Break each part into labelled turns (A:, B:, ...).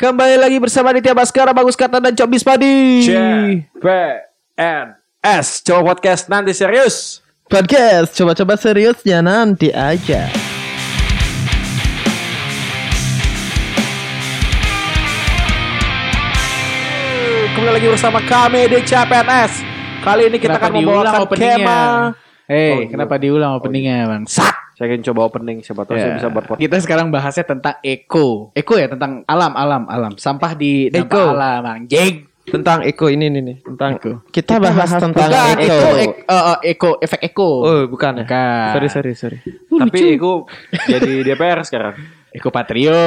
A: Kembali lagi bersama Ditya Baskara, Bagus Kata, dan Cobis Padi.
B: CPNS Coba podcast nanti serius
C: Podcast coba-coba seriusnya nanti aja.
B: Kembali lagi bersama kami di CPNS Kali ini kita
A: Kenapa
B: akan
A: diulang
B: membawakan
A: openingnya?
B: kema
A: Hey,
B: Oh, iya.
A: kenapa diulang openingnya, Bang?
B: Sat Iya. Saya ingin coba opening Siapa tahu saya
A: Ya.
B: bisa buat podcast
A: Kita sekarang bahasnya tentang eko. Eko ya tentang alam, alam, alam. Sampah di dampak
C: Eko.
A: alam, Bang. Jeng.
C: Tentang Eko ini nih nih. Tentang
A: Eko.
C: Kita, bahas, tentang
A: Bukan,
C: Eko.
A: eko, ek, eh, eh, eko, efek eko.
C: Oh, bukan ya.
A: Bukan.
C: Sorry, sorry, sorry.
B: Tapi aku jadi DPR sekarang
A: Eko Patrio.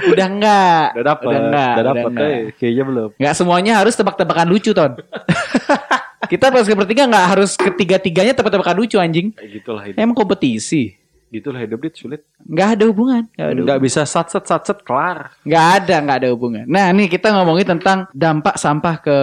A: Udah enggak?
B: Udah dapet
A: Udah enggak?
B: Udah dapet
A: enggak.
B: eh, Kayaknya belum
A: Enggak semuanya harus tebak-tebakan lucu, Ton. Kita pas bertiga enggak harus ketiga-tiganya tebak-tebakan lucu, anjing.
B: Eh, Gitulah hidup
A: Emang kompetisi.
B: Gitulah hidup dit sulit
A: Enggak ada hubungan. Enggak ada
B: Gak bisa sat sat sat sat kelar
A: Nggak ada, nggak ada hubungan. Nah, nih kita ngomongin tentang dampak sampah ke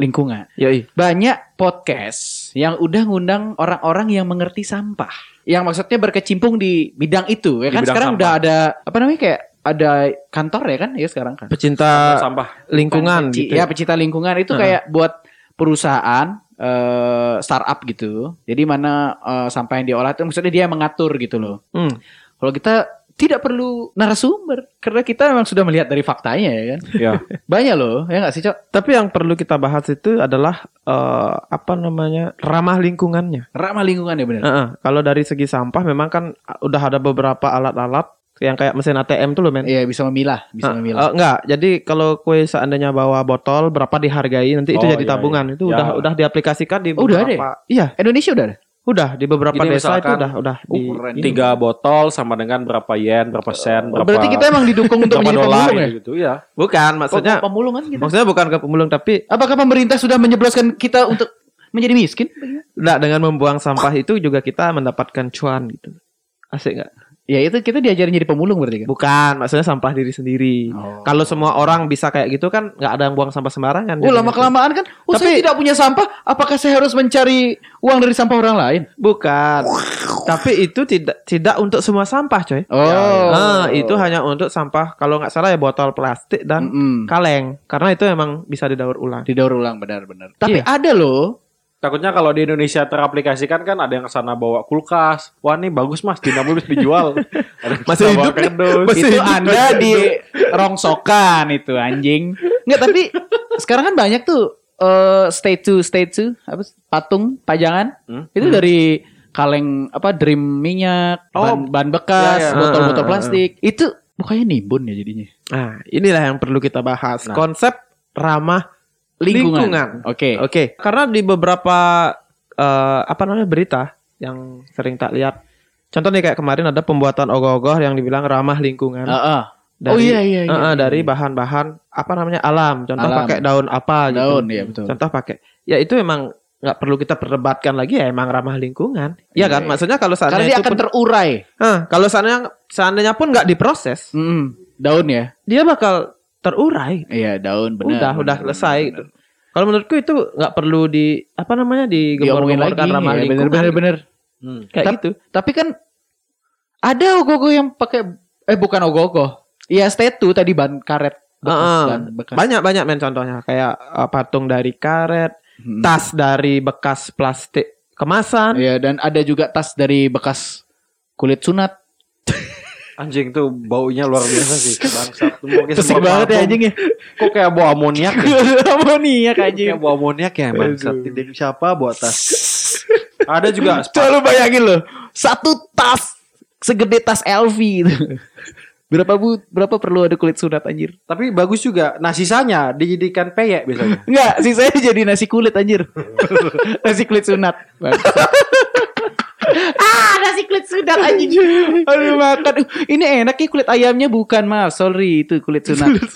A: lingkungan.
C: Yoi.
A: Banyak podcast yang udah ngundang orang-orang yang mengerti sampah. Yang maksudnya berkecimpung di bidang itu. Ya
B: Di
A: kan
B: bidang
A: sekarang
B: sampah.
A: udah ada apa namanya kayak ada kantor ya kan? Ya sekarang kan.
C: Pecinta
B: Sampah
C: lingkungan
A: Peci-
C: gitu.
A: Ya, pecinta lingkungan itu
C: Uh-huh.
A: kayak buat perusahaan eh, startup gitu. Jadi mana eh, sampah yang diolah itu maksudnya dia yang mengatur gitu loh.
C: Hmm.
A: Kalau kita tidak perlu narasumber karena kita memang sudah melihat dari faktanya ya kan.
B: Ya
A: Banyak loh, ya nggak sih, Cok?
C: Tapi yang perlu kita bahas itu adalah eh, apa namanya? ramah lingkungannya.
A: Ramah lingkungan ya benar.
C: Heeh. Kalau dari segi sampah memang kan udah ada beberapa alat-alat yang kayak mesin ATM tuh loh men.
A: Iya, bisa memilah, bisa
C: Nah,
A: memilah.
C: eh, enggak, jadi kalau kue seandainya bawa botol berapa dihargai nanti itu
B: Oh,
C: jadi
B: iya,
C: tabungan. Itu
B: Ya.
C: udah udah diaplikasikan di
A: Oh, udah ada ya?
C: Iya,
A: Indonesia udah ada?
C: udah di beberapa
B: Jadi
C: desa itu
B: misalkan-
C: udah udah di
A: Oh, keren.
B: Uh, Tiga botol sama dengan berapa yen Berapa sen Berapa
A: Berarti kita emang didukung
B: berapa
A: untuk menjadi
B: dolar
A: pemulung ya?
B: gitu ya
C: Bukan, maksudnya
A: Maksudnya pemulung kan kita.
C: maksudnya bukan ke pemulung tapi
A: Apakah pemerintah sudah menjebloskan kita untuk menjadi miskin?
C: enggak dengan membuang sampah itu juga kita mendapatkan cuan gitu. Asik enggak?
A: Ya itu kita diajarin jadi pemulung berarti kan.
C: Bukan, maksudnya sampah diri sendiri.
A: Oh.
C: Kalau semua orang bisa kayak gitu kan nggak ada yang buang sampah sembarangan.
A: Oh
C: jadinya.
A: lama kelamaan kan, oh saya
C: Tapi-
A: tidak punya sampah, apakah saya harus mencari uang dari sampah orang lain?
C: Bukan. tapi itu tidak tidak untuk semua sampah, coy.
A: Oh,
C: Ah, itu kan. hanya untuk sampah kalau nggak salah ya botol plastik dan
A: Mm-mm.
C: kaleng karena itu emang bisa didaur ulang.
A: didaur ulang benar-benar. Tapi
C: Iya.
A: ada loh
B: Takutnya kalau di Indonesia teraplikasikan kan ada yang sana bawa kulkas. Wah ini bagus mas, dinamo bisa dijual. Ada yang
C: Masih
B: sana bawa
C: hidup nih.
B: kardus.
C: Masih
A: itu
C: hidup,
A: anda di rongsokan itu anjing nggak tapi sekarang kan banyak tuh eh statue statue apa sih? patung pajangan
B: Hmm?
A: itu dari kaleng apa dream minyak
B: Oh.
A: ban, ban
B: Ya,
A: bekas
B: ya.
A: botol-botol
C: Ah, ah,
A: plastik itu bukannya nimbun ya jadinya
C: Nah, inilah yang perlu kita bahas.
B: Nah.
C: Konsep ramah
A: lingkungan,
C: Lingkungan. Oh,
A: oke
C: Oke, karena di beberapa eh, apa namanya berita yang sering tak lihat. Contoh nih kayak kemarin ada pembuatan ogoh-ogoh yang dibilang ramah lingkungan
A: Heeh.
C: dari
A: oh iya iya iya
C: eh, eh,
A: iya.
C: dari bahan-bahan apa namanya alam. Contoh
A: Alam.
C: pakai daun apa gitu.
A: daun ya betul
C: Contoh pakai ya itu emang nggak perlu kita perdebatkan lagi ya emang ramah lingkungan. Iya
A: Iya,
C: kan?
A: iya.
C: Maksudnya kalau
A: karena dia
C: seandainya itu
A: akan
C: pun,
A: terurai
C: Eh, kalau seandainya seandainya pun nggak diproses,
A: Mm-mm. daun ya
C: dia bakal terurai.
A: iya daun
C: udah
A: benar benar,
C: udah
A: benar,
C: selesai
A: benar.
C: gitu. Kalau menurutku itu nggak perlu di apa namanya
A: diomongin lagi
C: digembor-gemborkan ramah
A: ya,
C: lingkungan.
A: bener bener
B: Hmm.
C: Kayak
A: Tap-
C: gitu.
A: Tapi kan ada ogoh-ogoh yang pakai eh bukan ogoh-ogoh. Iya, statue tadi ban karet.
C: Heeh.
A: ban bekas.
C: Banyak banyak men contohnya kayak eh, patung dari karet,
A: Hmm.
C: tas dari bekas plastik kemasan.
A: Iya, dan ada juga tas dari bekas kulit sunat.
B: Anjing tuh baunya luar biasa sih. Bangsat. Tuh Mungkin
A: Pesek banget ya anjing ya.
B: Kok kayak bau amoniak ya?
A: Amoniak anjing.
B: kayak bau amoniak ya bangsat. Tidak siapa buat tas. Ada juga
A: Coba lu bayangin loh. Satu tas segede tas LV itu. Berapa bu, berapa perlu ada kulit sunat anjir?
B: tapi bagus juga. Nah sisanya dijadikan peyek biasanya.
A: Enggak, sih saya jadi nasi kulit anjir. nasi kulit sunat. ah, nasi kulit sunat anjing. Aduh makan. Uh, Ini enak ya kulit ayamnya bukan mas. Sorry itu kulit sunat.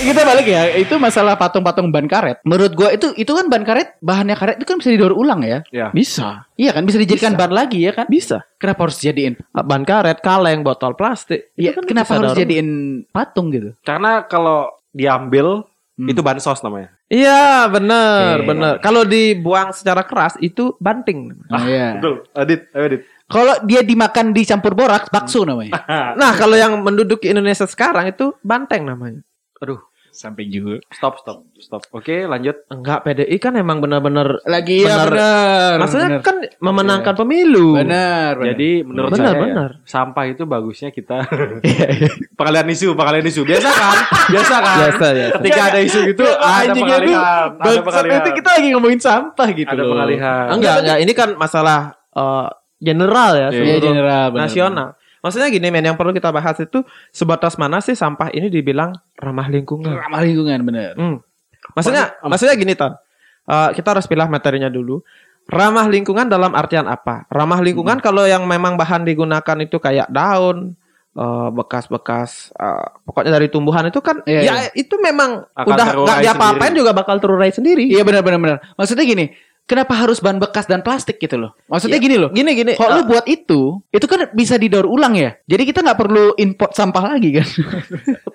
A: Kita balik ya, itu masalah patung-patung ban karet. Menurut gua itu itu kan ban karet, bahannya karet itu kan bisa didaur ulang ya.
B: Ya.
C: Bisa.
A: Iya kan bisa dijadikan ban lagi ya kan?
C: Bisa.
A: Kenapa harus jadiin?
C: eh, Ban karet, kaleng, botol plastik.
A: Iya,
C: Itu kan bisa
A: kenapa harus
C: daur-
A: jadiin patung gitu?
B: Karena kalau diambil
A: Hmm.
B: itu bansos namanya.
C: Iya, bener,
A: Oke.
C: bener. Kalau dibuang secara keras itu banting.
A: Oh, iya.
B: Betul. Adit, ayo Adit.
A: Kalau dia dimakan dicampur boraks, bakso namanya.
C: Nah, kalau yang menduduki Indonesia sekarang itu banteng namanya.
B: Aduh,
A: Samping juga.
B: stop, stop, stop. Oke, lanjut.
C: Enggak, PDI kan emang benar-benar
A: Lagi ya
C: Benar.
A: benar.
C: maksudnya
A: benar.
C: kan memenangkan pemilu.
A: benar. benar.
B: Jadi menurut
C: Benar,
B: saya ya,
C: benar.
B: sampah itu bagusnya kita pengalian isu, pengalian isu. Biasa kan? Biasa kan?
C: Biasa, biasa.
B: Ketika ada isu gitu
A: Kenapa
B: ada
A: anjingnya tuh
B: pengalihan, ada
A: bangsat
B: pengalihan.
A: itu kita lagi ngomongin sampah gitu
B: Ada
A: loh.
B: pengalihan.
C: Enggak, enggak. Ini kan masalah eh, general ya,
B: Iya,
A: Iya
C: seluruh
A: general benar.
C: nasional. Maksudnya gini men, yang perlu kita bahas itu sebatas mana sih sampah ini dibilang ramah lingkungan?
A: Ramah lingkungan benar.
C: Hmm. Maksudnya, maksudnya gini Ton. Eh, kita harus pilih materinya dulu. Ramah lingkungan dalam artian apa? Ramah
A: Hmm.
C: lingkungan kalau yang memang bahan digunakan itu kayak daun, eh, bekas-bekas, eh, pokoknya dari tumbuhan itu kan,
A: Iya,
C: ya itu memang
B: Akan
C: udah nggak
B: terurai
C: diapa-apain
B: sendiri.
C: juga bakal terurai sendiri.
A: Iya benar benar benar. Maksudnya gini, kenapa harus bahan bekas dan plastik gitu loh? Maksudnya
C: Iya.
A: gini loh.
C: Gini gini.
A: Kalau lu buat itu, itu kan bisa didaur ulang ya. Jadi kita nggak perlu import sampah lagi kan?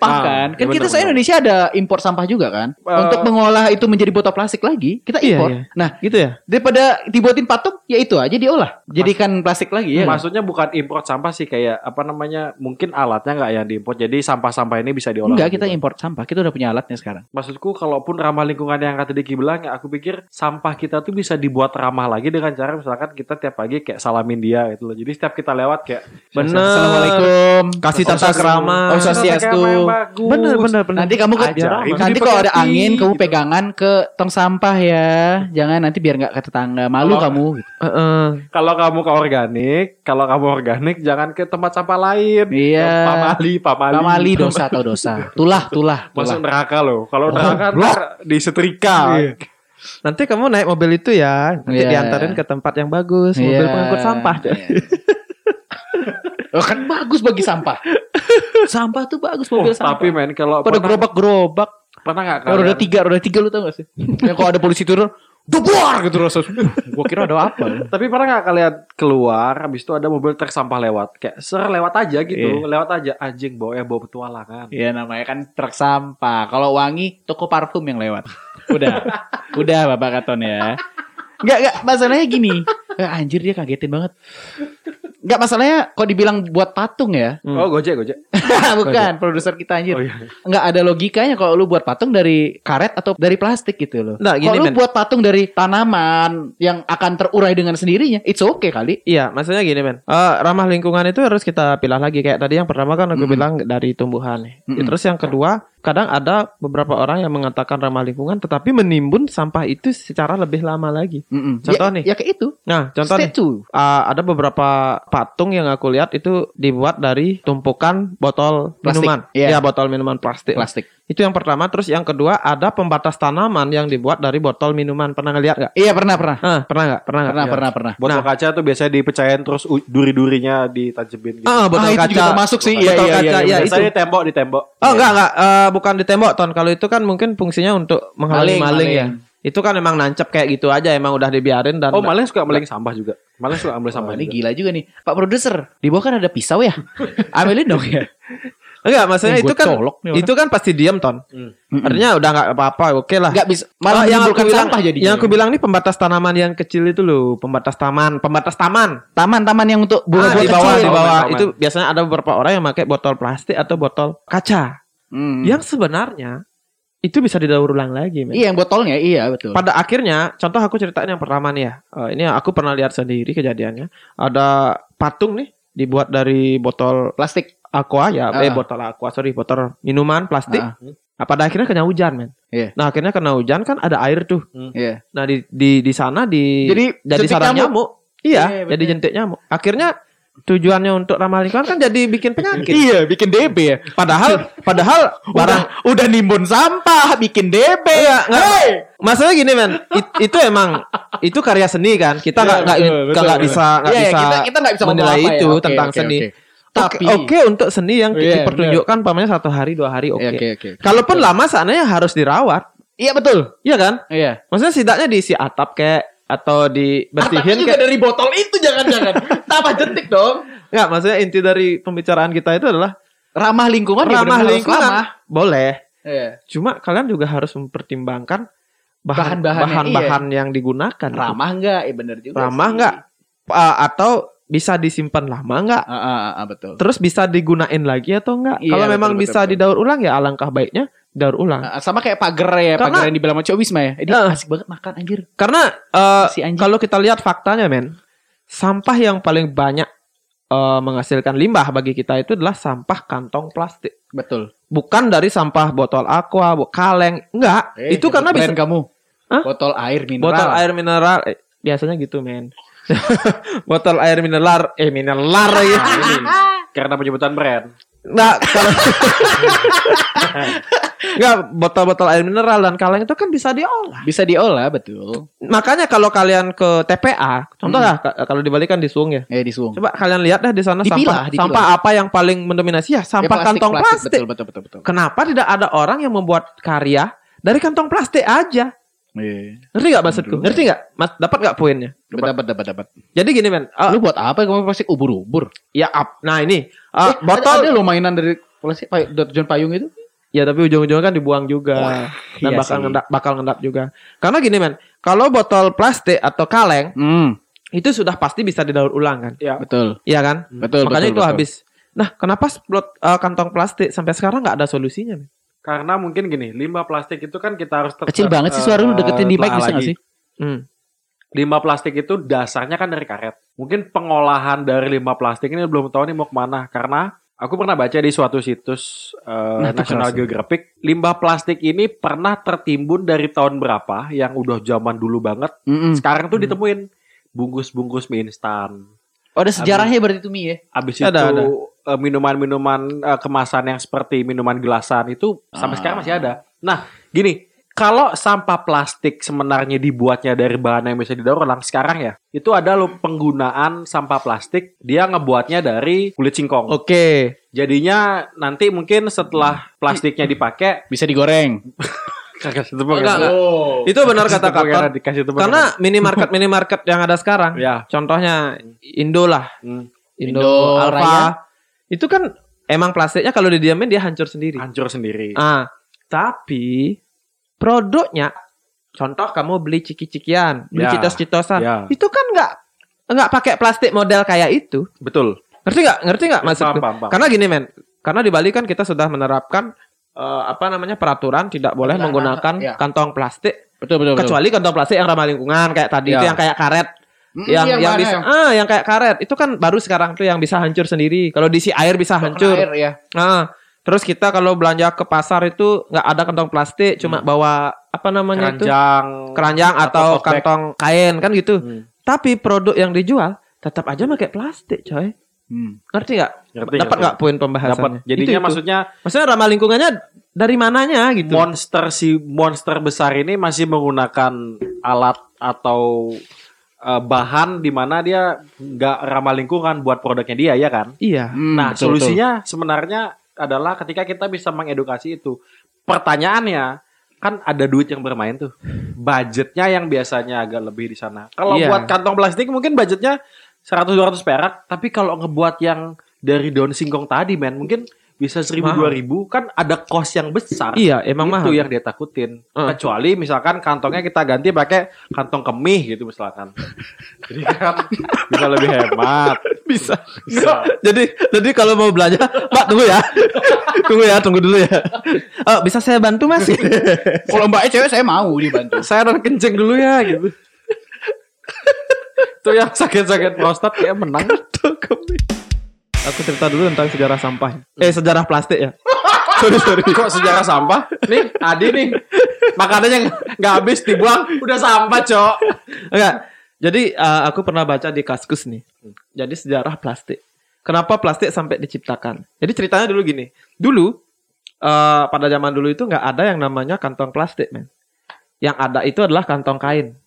A: Paham
B: Ah,
A: kan? Kan
B: iya benar,
A: kita se
B: benar.
A: Indonesia ada import sampah juga kan?
B: Eh,
A: Untuk mengolah itu menjadi botol plastik lagi, kita
C: Iya,
A: import.
C: iya.
A: Nah,
C: gitu ya.
A: daripada dibuatin patung, ya itu aja diolah. Jadikan plastik lagi ya. kan?
B: Maksudnya bukan import sampah sih kayak apa namanya? Mungkin alatnya nggak yang diimport. Jadi sampah-sampah ini bisa diolah.
A: Enggak,
B: lagi.
A: kita import sampah. Kita udah punya alatnya sekarang.
B: Maksudku kalaupun ramah lingkungan yang kata Diki bilang ya aku pikir sampah kita tuh bisa dibuat ramah lagi dengan cara misalkan kita tiap pagi kayak salamin dia gitu loh. Jadi setiap kita lewat kayak
C: Bener.
A: Assalamualaikum.
C: Kasih
A: Om
C: tata
A: Swastiastu.
C: kerama.
A: Om Swastiastu.
B: Bener
C: Bener bener bener.
A: Nanti kamu ke,
B: Ajaib.
A: nanti
B: Diperingati,
A: kalau ada angin kamu
B: gitu.
A: pegangan ke tong sampah ya. Jangan nanti biar nggak ke tetangga malu
B: Kalau-
A: kamu. Gitu.
C: Heeh.
B: Kalau kamu ke organik, kalau kamu organik jangan ke tempat sampah lain.
A: Iya.
B: Ke Pamali, Pamali.
A: Pamali dosa atau dosa. Oh, Tulah, tulah,
B: Masuk
A: tulah.
B: neraka loh. Kalau neraka kan ntar disetrika.
C: Iya. Nanti kamu naik mobil itu ya, nanti
A: Iya.
C: diantarin ke tempat yang bagus, mobil
A: Iya.
C: pengangkut sampah.
A: Iya. Oh, kan bagus bagi sampah. Sampah tuh bagus
B: Oh,
A: mobil sampah.
B: tapi men kalau
A: pada gerobak-gerobak.
B: pernah nggak
A: Kalau
B: kalian-
A: roda tiga, roda tiga lu tau gak sih? Yang kalau ada polisi turun, dubuar gitu rasa. Gua kira ada apa. ya?
B: Tapi pernah nggak kalian keluar habis itu ada mobil truk sampah lewat kayak ser lewat aja gitu,
A: Iya.
B: lewat aja anjing bawa eh, bawa petualangan.
A: Iya namanya kan truk sampah. Kalau wangi, toko parfum yang lewat. Udah, udah Bapak Katon ya. Enggak, enggak, masalahnya gini. Eh, anjir dia kagetin banget. Enggak masalahnya kalau dibilang buat patung ya. Nah,
C: Hmm.
B: Oh gojek gojek.
A: Bukan, produser kita anjir.
B: Oh iya.
A: nggak ada logikanya kalau lu buat patung dari karet atau dari plastik gitu loh.
C: Nah, gini,
A: kalau lu
C: men.
A: buat patung dari tanaman yang akan terurai dengan sendirinya, it's okay kali.
C: Iya, maksudnya gini men. Eh, ramah lingkungan itu harus kita pilah lagi kayak tadi yang pertama kan aku
A: Mm-mm.
C: bilang dari tumbuhan. nih. Ya,
A: Mm-mm.
C: Terus yang kedua, kadang ada beberapa orang yang mengatakan ramah lingkungan tetapi menimbun sampah itu secara lebih lama lagi.
A: Mm-mm.
C: Contoh
A: ya,
C: nih.
A: Ya kayak itu.
C: Nah, contoh nih,
A: Statue.
C: eh, ada beberapa patung yang aku lihat itu dibuat dari tumpukan botol
A: Plastik.
C: minuman.
A: Iya.
C: Ya, botol minuman plastik.
A: Plastik.
C: Itu yang pertama, terus yang kedua ada pembatas tanaman yang dibuat dari botol minuman. Pernah ngeliat nggak?
A: Iya pernah pernah.
C: Hah, pernah nggak? Pernah nggak?
A: Pernah
C: Iya.
A: pernah pernah.
B: Botol
C: Nah.
B: kaca tuh biasanya dipecahin terus u- duri-durinya ditajemin gitu.
C: Ah, botol
A: Ah, itu
C: kaca.
A: juga termasuk sih.
C: Botol
A: Iya, iya,
C: kaca,
A: iya,
C: ya, itu.
B: biasanya di tembok di tembok. Iya.
C: Oh, enggak enggak, Eh, bukan di tembok ton. Kalau itu kan mungkin fungsinya untuk menghalangi maling,
A: Maling,
C: ya. Itu kan emang nancep kayak gitu aja, emang udah dibiarin dan
B: Oh maling suka maling sampah juga. Maling suka ambil
A: Wah,
B: sampah.
A: Oh, ini
B: juga.
A: gila juga nih. Pak produser, di bawah kan ada pisau ya? Ambilin dong ya.
C: enggak, maksudnya
A: Eh, gua
C: itu kan
A: colok nih orang.
C: itu kan pasti diam ton.
B: Hmm.
C: Artinya udah enggak apa-apa, oke lah.
A: Enggak bisa
C: Oh, yang
A: malah
C: aku
A: menimbulkan
C: bilang,
A: sampah jadi.
C: yang aku bilang nih pembatas tanaman yang kecil itu loh, pembatas taman, pembatas taman.
A: taman-taman yang untuk
C: Ah,
A: bunga-bunga
C: di bawah,
A: kecil.
C: di bawah
B: Taman.
C: itu biasanya ada beberapa orang yang pakai botol plastik atau botol kaca.
A: Hmm.
C: Yang sebenarnya itu bisa didaur ulang lagi, men.
A: Iya, yang botolnya iya betul.
C: Pada akhirnya, contoh aku ceritain yang pertama nih ya. Eh, ini aku pernah lihat sendiri kejadiannya. Ada patung nih dibuat dari botol
A: Plastik.
C: aqua ya, eh
A: Ah.
C: botol aqua sorry, botol minuman plastik.
A: Ah.
C: Nah, pada akhirnya kena hujan, men.
A: Iya.
C: Nah, akhirnya kena hujan kan ada air tuh.
A: Iya.
C: Nah, di di di sana di
A: Jadi jentik
C: sarang
A: nyamuk.
C: Iya,
A: Iya, bener.
C: jadi jentik nyamuk. Akhirnya tujuannya untuk ramah lingkungan kan jadi bikin penyakit.
A: Iya, bikin DB ya.
C: Padahal padahal barang
A: udah Eh, nimbun sampah, bikin DB.
C: Iya, nggak- Masalahnya gini men, it- itu emang itu karya seni kan. Kita nggak nggak
A: Iya, betul, betul,
C: nggak bisa Ah, nggak
A: Iya,
C: bisa
A: kita- kita nggak bisa ngomong
C: menilai
A: apa ya.
C: itu
A: Oke,
C: tentang
A: oke,
C: seni.
A: oke.
C: Tapi
A: Tapi-
C: oke untuk seni yang
A: Iya,
C: kita
A: bener.
C: pertunjukkan pamannya satu hari dua hari oke.
A: Oke, Iya, oke, oke.
C: Kalaupun lama sananya harus dirawat,
A: Iya betul.
C: iya kan?
A: Iya.
C: Maksudnya setidaknya diisi atap kayak atau dibersihin
A: juga
C: kayak
A: dari botol itu jangan-jangan. Tambah jentik dong.
C: nggak maksudnya inti dari pembicaraan kita itu adalah
A: Ramah lingkungan
C: ramah
A: ya benar-benar harus
C: lingkungan
A: ramah.
C: boleh
A: Iya.
C: cuma kalian juga harus mempertimbangkan bahan
A: Bahan-bahannya, iya.
C: bahan-bahan yang digunakan
A: Ramah enggak? Ya benar Iya, juga.
C: ramah
A: sih.
C: nggak Pa- atau bisa disimpan lama nggak?
A: Ah, ah, ah, ah, betul.
C: Terus bisa digunain lagi atau enggak?
A: Iya,
C: Kalau
A: betul,
C: memang
A: betul,
C: bisa
A: betul.
C: didaur ulang ya alangkah baiknya didaur ulang.
A: Ah, ah, sama kayak pagar ya,
C: Karena-
A: pagar yang dibilang sama Cok Wisma ya. Eh, dia
C: Ah.
A: asik banget makan anjir.
C: Karena eh,
A: Si anjing.
C: kalau kita lihat faktanya men, sampah yang paling banyak eh, menghasilkan limbah bagi kita itu adalah sampah kantong plastik.
A: Betul.
C: Bukan dari sampah botol aqua, bu- kaleng, enggak.
A: Eh,
C: itu karena bisa
A: brand kamu.
C: Hah?
A: Botol air mineral.
C: botol air mineral eh, biasanya gitu men. botol air mineral eh mineral ya.
A: Ah,
B: Nah, ini karena penyebutan brand.
C: Nah, kalau Enggak, botol-botol air mineral dan kaleng itu kan bisa diolah.
A: Bisa diolah, betul.
C: Makanya kalau kalian ke TPA, contoh lah ka- kalau dibalikan di Suung ya.
A: Eh, disuung.
C: Coba kalian lihat deh di sana
A: Hmm. Dipilah,
C: sampah
A: dipilah.
C: sampah apa yang paling mendominasi ya sampah
A: Ya, plastik,
C: kantong plastik.
A: Betul, betul, betul, betul.
C: Kenapa tidak ada orang yang membuat karya dari kantong plastik aja?
A: Iya.
C: Ngerti nggak maksudku?
A: Aduh.
C: Ngerti nggak? Mas, dapat nggak poinnya?
A: Dapat, dapat, dapat.
C: Jadi gini men, eh,
A: Lu buat apa kamu plastik ubur-ubur?
C: ya up. Nah ini eh,
A: Eh,
C: botol.
A: Ada, ada lo mainan dari plastik pay- John Payung itu?
C: Ya tapi ujung-ujungnya kan dibuang juga. dan
A: iya
C: bakal
A: sih.
C: ngendap bakal ngendap juga. Karena gini men, kalau botol plastik atau kaleng
A: Hmm,
C: itu sudah pasti bisa didaur ulang kan?
B: Ya.
A: betul.
C: Iya kan?
A: Betul,
C: Makanya
A: betul,
C: itu
A: betul.
C: habis. Nah, kenapa splot eh, kantong plastik sampai sekarang nggak ada solusinya? Men?
B: Karena mungkin gini, limbah plastik itu kan kita harus ter-
A: Kecil banget sih suara lu deketin di mic bisa gak sih?
C: Hmm.
B: Limbah plastik itu dasarnya kan dari karet. Mungkin pengolahan dari limbah plastik ini belum tahu nih mau kemana. Karena aku pernah baca di suatu situs eh,
A: Nah, itu
B: National
A: keras.
B: Geographic, limbah plastik ini pernah tertimbun dari tahun berapa yang udah zaman dulu banget.
A: Mm-mm.
B: Sekarang tuh
C: Hmm.
B: ditemuin bungkus-bungkus mie instan.
A: Oh, ada sejarahnya berarti itu Mi ya?
B: Abis
C: Ada, ada.
B: itu eh, minuman-minuman eh, kemasan yang seperti minuman gelasan itu sampai
A: Ah.
B: sekarang masih ada. Nah, gini, kalau sampah plastik sebenarnya dibuatnya dari bahan yang bisa didaur ulang sekarang ya, itu ada lo penggunaan sampah plastik dia ngebuatnya dari kulit singkong.
C: Oke. Hmm.
B: Jadinya nanti mungkin setelah plastiknya dipakai
A: Bisa digoreng.
B: kagak
C: Enggak, enggak. Itu benar kata Kapten.
B: dikasih tepung
C: Karena minimarket minimarket yang ada sekarang,
B: ya.
C: contohnya Indo lah,
B: hmm,
C: Indo,
A: Indo
C: Alfa,
A: Raya.
C: itu kan emang plastiknya kalau didiamin dia hancur sendiri.
B: hancur sendiri.
C: Ah, tapi produknya contoh kamu beli ciki-cikian, beli
B: Ya.
C: citos-citosan.
B: Ya.
C: Itu kan nggak nggak pakai plastik model kayak itu.
B: Betul.
C: Ngerti nggak? Ngerti nggak maksudku?
B: Paham, paham, paham.
C: Karena gini men, karena di Bali kan kita sudah menerapkan eh, apa namanya peraturan tidak boleh
A: Peraturan,
C: menggunakan
A: ya.
C: kantong plastik
A: Betul, betul, betul.
C: kecuali kantong plastik yang ramah lingkungan kayak tadi
B: Ya.
C: itu yang kayak karet
A: Mm,
C: yang yang,
A: mana
C: bisa
A: yang-
C: ah yang kayak karet itu kan baru sekarang tuh yang bisa hancur sendiri kalau diisi air bisa hancur
A: Air, ya.
C: Nah, terus kita kalau belanja ke pasar itu nggak ada kantong plastik, cuma bawa apa namanya itu
B: Hmm. keranjang
C: keranjang atau,
B: tote bag.
C: kantong kain kan gitu.
B: Hmm,
C: Tapi produk yang dijual tetap aja pakai plastik, coy.
A: Hmm.
C: Ngerti nggak?
B: ngerti,
C: Dapat
B: ngerti.
C: nggak poin
B: dapat
C: pembahasannya?
B: jadinya
C: Itu- itu.
B: maksudnya
C: maksudnya ramah lingkungannya dari mananya gitu?
B: monster si monster besar ini masih menggunakan alat atau eh, bahan di mana dia nggak ramah lingkungan buat produknya dia ya kan
C: iya.
A: Hmm,
B: nah solusinya sebenarnya adalah ketika kita bisa mengedukasi itu pertanyaannya kan ada duit yang bermain tuh budgetnya yang biasanya agak lebih di sana kalau
C: Iya.
B: buat kantong plastik mungkin budgetnya 100-200 perak tapi kalau ngebuat yang dari daun singkong tadi men mungkin bisa 1000
C: Mahal.
B: 2000 kan ada cost yang besar
C: Iya, emang
B: itu
C: mahal.
B: ya. yang dia takutin.
C: Heeh.
B: Kecuali misalkan kantongnya kita ganti pakai kantong kemih gitu misalkan. Jadi kan bisa lebih hemat.
C: bisa.
B: Bisa.
C: jadi jadi kalau mau belanja, Pak tunggu ya. tunggu ya, tunggu dulu ya. Oh, bisa saya bantu Mas?
A: Kalau mbaknya cewek saya mau dibantu.
B: Saya harus kenceng dulu ya gitu. Itu yang sakit-sakit prostat ya menang.
C: Aku cerita dulu tentang sejarah
B: Hmm.
C: sampah. Eh sejarah plastik ya. sorry sorry.
B: Kok sejarah sampah? Nih, Adi nih. Makanannya nggak habis dibuang, udah sampah, Cok.
C: Enggak. Jadi eh, aku pernah baca di Kaskus nih.
B: Hmm.
C: Jadi sejarah plastik. Kenapa plastik sampai diciptakan? Jadi ceritanya dulu gini. Dulu eh, pada zaman dulu itu nggak ada yang namanya kantong plastik, men. Yang ada itu adalah kantong kain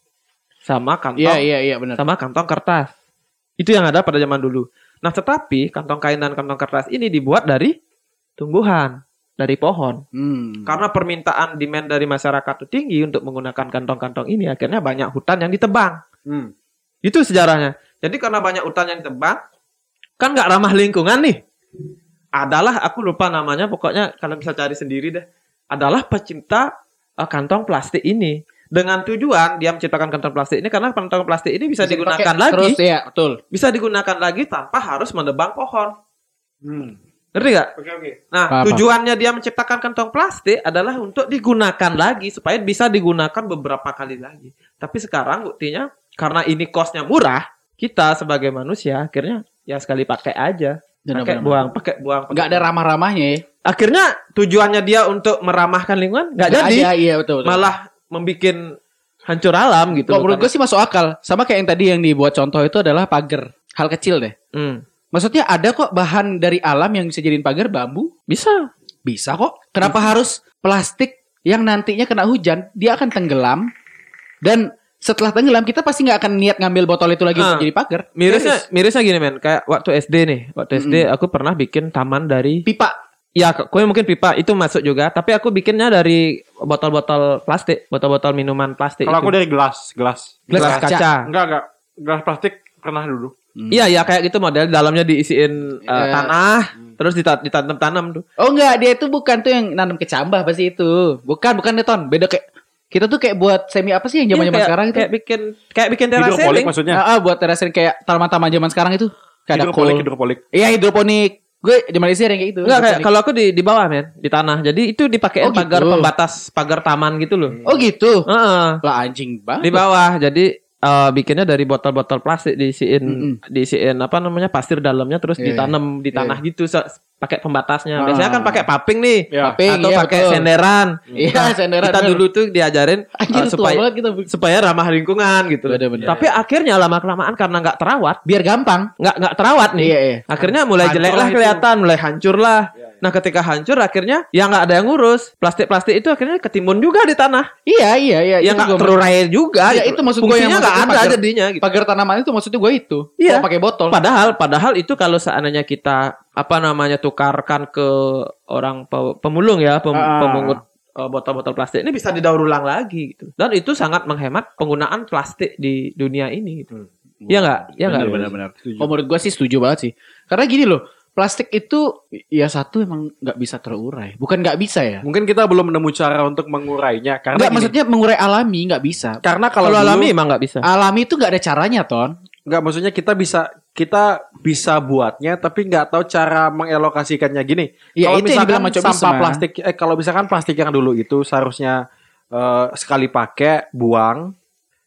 C: sama kantong
A: Iya, iya, iya benar.
C: sama kantong kertas. Itu yang ada pada zaman dulu. Nah, tetapi kantong kain dan kantong kertas ini dibuat dari tumbuhan, dari pohon.
A: Hmm.
C: Karena permintaan demand dari masyarakat itu tinggi untuk menggunakan kantong-kantong ini, akhirnya banyak hutan yang ditebang.
B: Hmm.
C: Itu sejarahnya. Jadi karena banyak hutan yang ditebang, kan nggak ramah lingkungan nih. Adalah aku lupa namanya, pokoknya kalian bisa cari sendiri deh. Adalah pecinta eh, kantong plastik ini. Dengan tujuan dia menciptakan kantong plastik ini karena kantong plastik ini bisa, digunakan
A: dipakai
C: lagi,
A: Terus ya, betul.
C: bisa digunakan lagi tanpa harus menebang pohon.
B: Hmm.
C: Ngerti gak?
B: Oke oke.
A: Paham,
C: Nah,
A: paham.
C: tujuannya dia menciptakan kantong plastik adalah untuk digunakan lagi supaya bisa digunakan beberapa kali lagi. Tapi sekarang buktinya karena ini costnya murah, kita sebagai manusia akhirnya ya sekali pakai aja, pakai buang, pakai buang. pakai
A: Enggak ada
C: buang.
A: ramah-ramahnya ya.
C: Akhirnya tujuannya dia untuk meramahkan lingkungan nggak
A: Nggak
C: jadi,
A: ada, iya betul. betul.
C: malah membuat hancur alam gitu.
A: Kalau menurut gue sih masuk akal. Sama kayak yang tadi yang dibuat contoh itu adalah pagar. Hal kecil deh.
C: Hmm,
A: Maksudnya ada kok bahan dari alam yang bisa jadiin pagar bambu?
C: bisa.
A: Bisa kok. Kenapa harus plastik yang nantinya kena hujan dia akan tenggelam dan setelah tenggelam kita pasti nggak akan niat ngambil botol itu lagi
C: Ah.
A: untuk jadi pagar.
C: Mirisnya, mirisnya gini men, kayak waktu SD nih, waktu SD aku pernah bikin taman dari
A: pipa.
C: Ya, ke- kue mungkin pipa itu masuk juga, tapi aku bikinnya dari botol-botol plastik, botol-botol minuman plastik.
B: Kalau
C: itu.
B: aku dari gelas, gelas.
C: gelas
A: gelas
C: kaca.
A: kaca. Mm.
B: Enggak enggak. Gelas plastik pernah dulu.
C: Iya, iya kayak gitu model dalamnya diisiin uh,
A: Iya.
C: tanah, terus dita- ditanam-tanam tuh. Iya,
A: Oh enggak, dia itu bukan tuh yang nanam kecambah pasti itu. Bukan, bukan Neton. Beda kayak kita tuh kayak buat semi apa sih yang zaman-zaman
C: Iya, kayak-
A: sekarang itu?
C: Kayak bikin kayak bikin
B: Hidroponik
C: terasering.
B: maksudnya.
A: Ah, ah, buat terasering kayak taman-taman zaman sekarang itu. Kayak ada
B: hidropolik,
A: kol.
B: hidropolik.
A: Iya, hidroponik. Gue di Malaysia ada yang kayak gitu.
C: Enggak kayak
A: hidroponik.
C: kalau aku di di bawah men, di tanah. Jadi itu dipakai
A: Oh, gitu.
C: pagar pembatas pagar taman gitu loh.
A: Oh gitu.
C: Heeh.
A: Lah anjing
C: di
A: banget.
C: bawah. Jadi eh, bikinnya dari botol-botol plastik diisiin
A: Mm-mm.
C: diisiin apa namanya pasir dalamnya terus
A: Iya,
C: ditanam di
A: iya.
C: tanah gitu se- pakai pembatasnya.
A: Ah.
C: Biasanya kan pakai paping nih.
B: Ya.
A: Paping,
C: atau
A: iya,
C: pakai
A: betul.
C: senderan. Nah,
A: Iya, senderan,
C: Kita
A: bener.
C: dulu tuh diajarin eh,
A: Anjir tua
C: supaya
A: banget kita.
C: supaya ramah lingkungan gitu. loh.
A: Bener-bener.
C: Tapi akhirnya lama kelamaan karena nggak terawat,
A: Biar gampang.
C: nggak nggak terawat nih.
A: Iya, iya.
C: Akhirnya mulai
B: Hancur
C: jelek
B: lah
C: lah
B: itu. Iya,
C: kelihatan, mulai hancur lah. Nah ketika hancur akhirnya ya nggak ada yang ngurus plastik-plastik itu akhirnya ketimbun juga di tanah
A: Iya, iya, iya.
C: yang Ya
A: Itu
C: nggak
A: gua-
C: terurai juga.
A: Iya,
C: gitu.
A: itu maksud gue
C: Fungsinya
A: yang
C: nggak
A: maksudnya
C: ada
A: pagar-
C: jadinya. Gitu.
A: Pagar tanaman itu maksud gue itu.
C: Iya.
A: Kalau pakai botol.
C: Padahal, padahal itu kalau seandainya kita apa namanya tukarkan ke orang pe- pemulung ya, pem-
B: Ah.
C: pemungut eh, botol-botol plastik ini bisa didaur ulang lagi gitu. Dan itu sangat menghemat penggunaan plastik di dunia ini gitu. Iya nggak? Iya nggak?
A: Benar-benar. Oh, menurut gue sih setuju banget sih. Karena gini loh, plastik itu ya satu emang nggak bisa terurai. Bukan nggak bisa ya.
B: Mungkin kita belum menemu cara untuk mengurainya karena
A: Nggak
B: gini,
A: maksudnya mengurai alami nggak bisa.
B: karena kalau
C: Kalau
B: dulu-
C: alami emang nggak bisa.
A: Alami itu nggak ada caranya, Ton.
B: Enggak maksudnya kita bisa kita bisa buatnya tapi nggak tahu cara mengelokasikannya gini.
A: Ya,
B: kalau
A: itu yang
B: misalkan
A: dibilang macam
B: sampah
A: bisma.
B: plastik eh kalau misalkan plastik yang dulu itu seharusnya eh, sekali pakai buang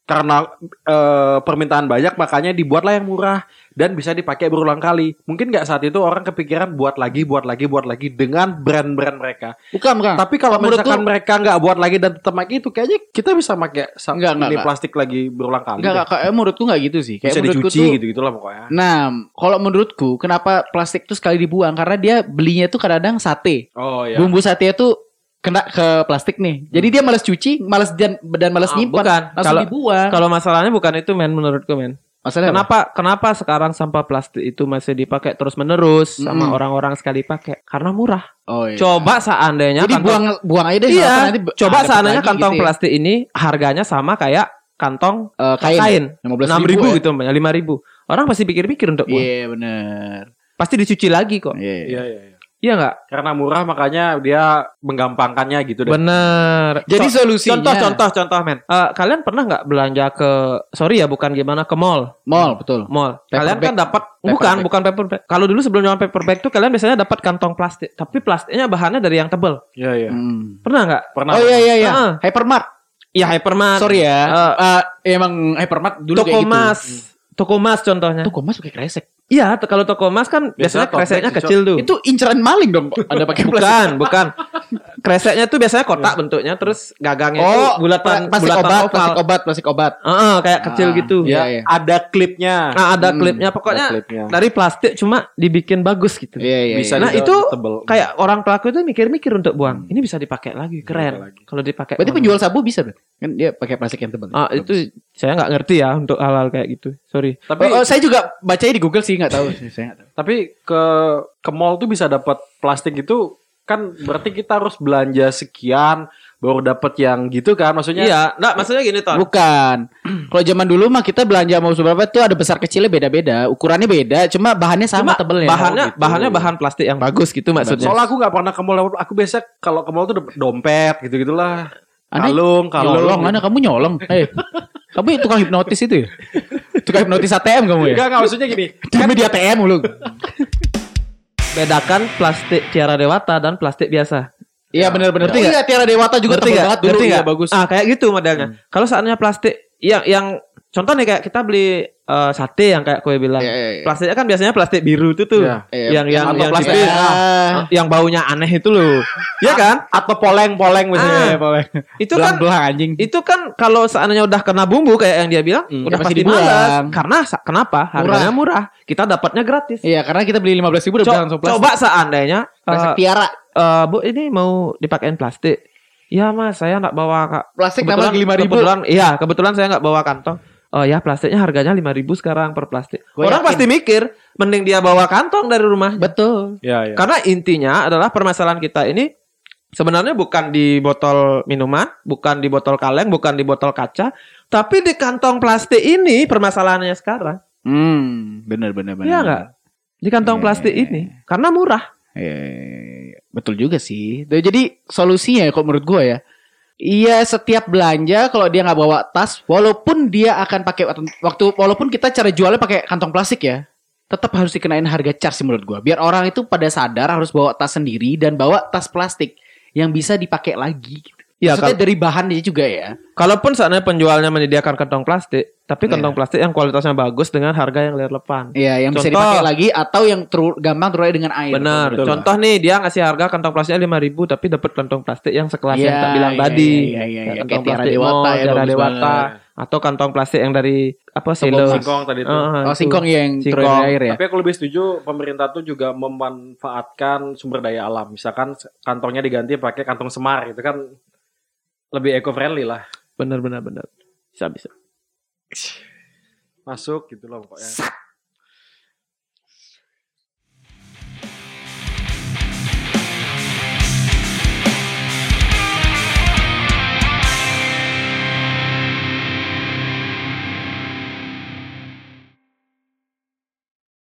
B: karena eh, permintaan banyak makanya dibuatlah yang murah dan bisa dipakai berulang kali. Mungkin nggak saat itu orang kepikiran buat lagi, buat lagi, buat lagi dengan brand-brand mereka.
A: Bukan, bukan.
B: Tapi kalau
A: Nah, Menurut
B: misalkan
A: lu-
B: mereka nggak buat lagi dan tetap pakai itu kayaknya kita bisa pakai sa-
A: Nggak, nggak,
B: ini
A: nggak.
B: plastik lagi berulang kali.
A: Enggak,
B: deh.
A: enggak, kayak menurutku enggak gitu sih. Kayak
B: bisa
A: menurutku
B: dicuci
A: tuh,
B: gitu-gitulah pokoknya.
A: Nah, kalau menurutku kenapa plastik tuh sekali dibuang karena dia belinya tuh kadang sate.
B: Oh ya.
C: Iya.
A: Bumbu sate itu kena ke plastik nih. Jadi dia malas cuci, malas dan dan malas
C: Ah,
A: nyimpan,
C: bukan.
A: langsung
C: Kalau-
A: dibuang.
C: Kalau masalahnya bukan itu men menurutku men.
A: Masalah Ah. apa?
C: Kenapa kenapa sekarang sampah plastik itu masih dipakai terus menerus sama
A: Mm-mm.
C: orang-orang sekali pakai? Karena murah.
A: Oh, iya.
C: Coba seandainya
A: Jadi
C: kantong-
A: buang buang aja deh.
C: iya.
A: nggak apa, Eh, be-
C: Coba
A: ah, dapet
C: seandainya
A: lagi
C: kantong
A: gitu ya.
C: plastik ini harganya sama kayak kantong
A: Eh, kain,
C: kain.
A: 15.000
C: enam ribu
A: ya.
C: gitu, lima ribu. Orang pasti pikir-pikir untuk
A: Iya
C: buang.
A: bener.
C: Pasti dicuci lagi kok.
A: Iya.
B: Iya iya. iya.
C: Iya nggak?
B: Karena murah makanya dia menggampangkannya gitu deh.
C: Bener.
A: Jadi
C: Co-
A: solusinya
C: contoh, contoh, contoh, men. Eh, kalian pernah nggak belanja ke, sorry ya, bukan gimana ke mall,
A: mall betul.
C: mall.
A: Paper
C: kalian kan
A: bag.
C: dapat,
A: Paper
C: bukan,
A: bag.
C: bukan paper bag. Kalau dulu sebelum zaman paper bag tuh kalian biasanya dapat kantong plastik, tapi plastiknya bahannya dari yang tebel.
B: Iya iya.
A: Hmm.
C: Pernah nggak?
B: Pernah.
A: Oh iya iya iya.
C: Ah.
A: Hypermart.
C: Iya, hyperman.
A: Sorry ya.
C: Eh,
A: Eh, emang hypermart dulu
C: toko
A: kayak gitu.
C: mas, toko mas contohnya.
A: Toko mas pakai kresek.
C: Iya, t- kalau toko emas kan biasanya,
B: Biasanya kompleks,
C: kreseknya
B: Cok.
C: kecil tuh.
A: Itu inceran maling dong. Ada pakai plastik.
C: bukan, bukan. Kreseknya tuh biasanya kotak bentuknya terus gagangnya
A: Iya. Oh,
C: tuh bulatan
A: plastik
C: bulatan
A: obat,
C: oval.
A: plastik obat, plastik obat.
C: Heeh, kayak kecil
A: Ah,
C: gitu.
A: Iya, iya.
B: Ada klipnya.
C: Nah, ada
A: Hmm,
C: klipnya pokoknya
B: ada klipnya.
C: dari plastik cuma dibikin bagus gitu.
A: Iya, iya.
B: Bisa
A: iya.
C: Nah,
B: didaur,
C: itu
B: tebel.
C: Kayak orang pelaku itu mikir-mikir untuk buang. Ini bisa dipakai lagi,
B: Dipakai
C: keren.
B: lagi.
C: Kalau dipakai.
A: Hmm. Berarti
C: orang.
A: penjual sabu bisa berarti. Kan dia pakai plastik yang tebal.
C: Ah, itu saya nggak ngerti ya untuk hal-hal kayak gitu. Sorry.
B: tapi
A: Oh, oh, saya juga bacanya di Google sih nggak tahu. saya nggak tahu.
B: tapi ke ke mall tuh bisa dapat plastik itu kan berarti kita harus belanja sekian baru dapat yang gitu kan maksudnya.
C: Iya, enggak maksudnya gini, Ton.
A: Bukan. Kalau zaman dulu mah kita belanja mau seberapa tuh ada besar kecilnya beda-beda, ukurannya beda, cuma bahannya sama Oh,
C: Cuma
A: tebelnya.
C: bahannya
B: gitu.
C: bahannya bahan plastik yang bagus gitu maksudnya.
B: Soalnya aku nggak pernah ke mall, aku biasa kalau ke mall tuh dompet gitu gitulah.
A: Aneh.
B: Kalung,
A: nyolong,
B: kalung.
A: mana kamu nyolong? Hei, kamu tukang hipnotis itu ya? Tukang hipnotis ATM kamu ya?
B: Enggak, enggak maksudnya gini.
A: Demi di ATM lu.
C: Bedakan plastik tiara dewata dan plastik biasa.
A: Iya benar-benar.
C: Ngerti nggak?
A: Iya Tiara Dewata juga
C: Ngerti
A: tebel
C: nggak?
A: banget dulu.
C: Ngerti
A: Iya,
C: nggak?
A: bagus. Hmm.
C: Ah kayak gitu modelnya. Kalau seandainya plastik yang yang contoh nih kayak kita beli eh, sate yang kayak kue bilang.
A: Iya, iya, iya.
C: Plastiknya kan biasanya plastik biru itu tuh.
B: Iya.
A: Iya,
C: Yang yang
A: atau
C: yang
A: plastik.
C: tipis.
A: Ah.
C: Ah, yang baunya aneh itu loh. Iya kan?
B: Atau poleng-poleng
C: Ah,
B: misalnya.
C: itu kan
A: belang anjing.
C: itu kan kalau seandainya udah kena bumbu kayak yang dia bilang
B: Hmm,
C: udah
A: ya pasti
C: pasti
A: dibuang.
C: malas karena sa- kenapa harganya murah kita dapatnya gratis
A: Iya, karena kita beli 15 ribu udah
C: Co-
A: belang langsung plastik. Ah.
C: coba seandainya
A: Plastik
C: eh,
A: Tiara.
C: eh, bu ini mau dipakein plastik ya mas saya nggak bawa kak
A: Plastik tambah lagi 5 ribu.
C: kebetulan iya kebetulan saya nggak bawa kantong oh ya plastiknya harganya lima ribu sekarang per plastik
A: Gua
C: orang
A: yakin.
C: pasti mikir mending dia bawa kantong dari rumah
A: Betul.
B: Iya, iya.
C: karena intinya adalah permasalahan kita ini sebenarnya bukan di botol minuman, bukan di botol kaleng, bukan di botol kaca, tapi di kantong plastik ini permasalahannya sekarang.
A: Hmm, benar benar benar.
C: Iya nggak? Di kantong
A: Iya.
C: plastik ini karena murah.
A: Iya, iya, iya. betul juga sih. Tuh, Jadi solusinya ya kok menurut gua ya. Iya setiap belanja kalau dia nggak bawa tas, walaupun dia akan pakai wat- waktu, walaupun kita cara jualnya pakai kantong plastik ya, tetap harus dikenain harga charge sih menurut gua. Biar orang itu pada sadar harus bawa tas sendiri dan bawa tas plastik yang bisa dipakai lagi. Gitu.
C: Iya,
A: Maksudnya dari bahan dia juga ya.
C: Kalaupun seandainya penjualnya menyediakan kantong plastik, tapi
A: Iya.
C: kantong plastik yang kualitasnya bagus dengan harga yang lepan.
A: Iya, yang bisa
C: Contoh.
A: dipakai lagi atau yang teru- gampang terurai dengan air.
C: Benar.
A: Iya, Betul, betul.
C: Contoh nih dia ngasih harga kantong plastiknya lima ribu, tapi dapat kantong plastik yang sekelas yang
A: Iya,
C: tak bilang
A: iya,
C: tadi.
A: iya, iya, iya.
C: Kayak
A: Kayak
C: Kantong
A: Tiara
C: plastik
A: Dewata
C: mall,
A: ya,
C: Tiara
A: bagus
C: Dewata,
A: banget.
C: atau kantong plastik yang dari apa silo.
B: Singkong tadi tuh.
C: Ah,
A: Oh,
C: itu.
A: singkong yang terurai
C: Singkong.
A: dengan air ya.
B: Tapi aku lebih setuju pemerintah tuh juga memanfaatkan sumber daya alam. Misalkan kantongnya diganti pakai kantong semar gitu kan lebih eco friendly lah.
C: Bener bener bener. Bisa bisa.
B: Masuk gitu loh pokoknya.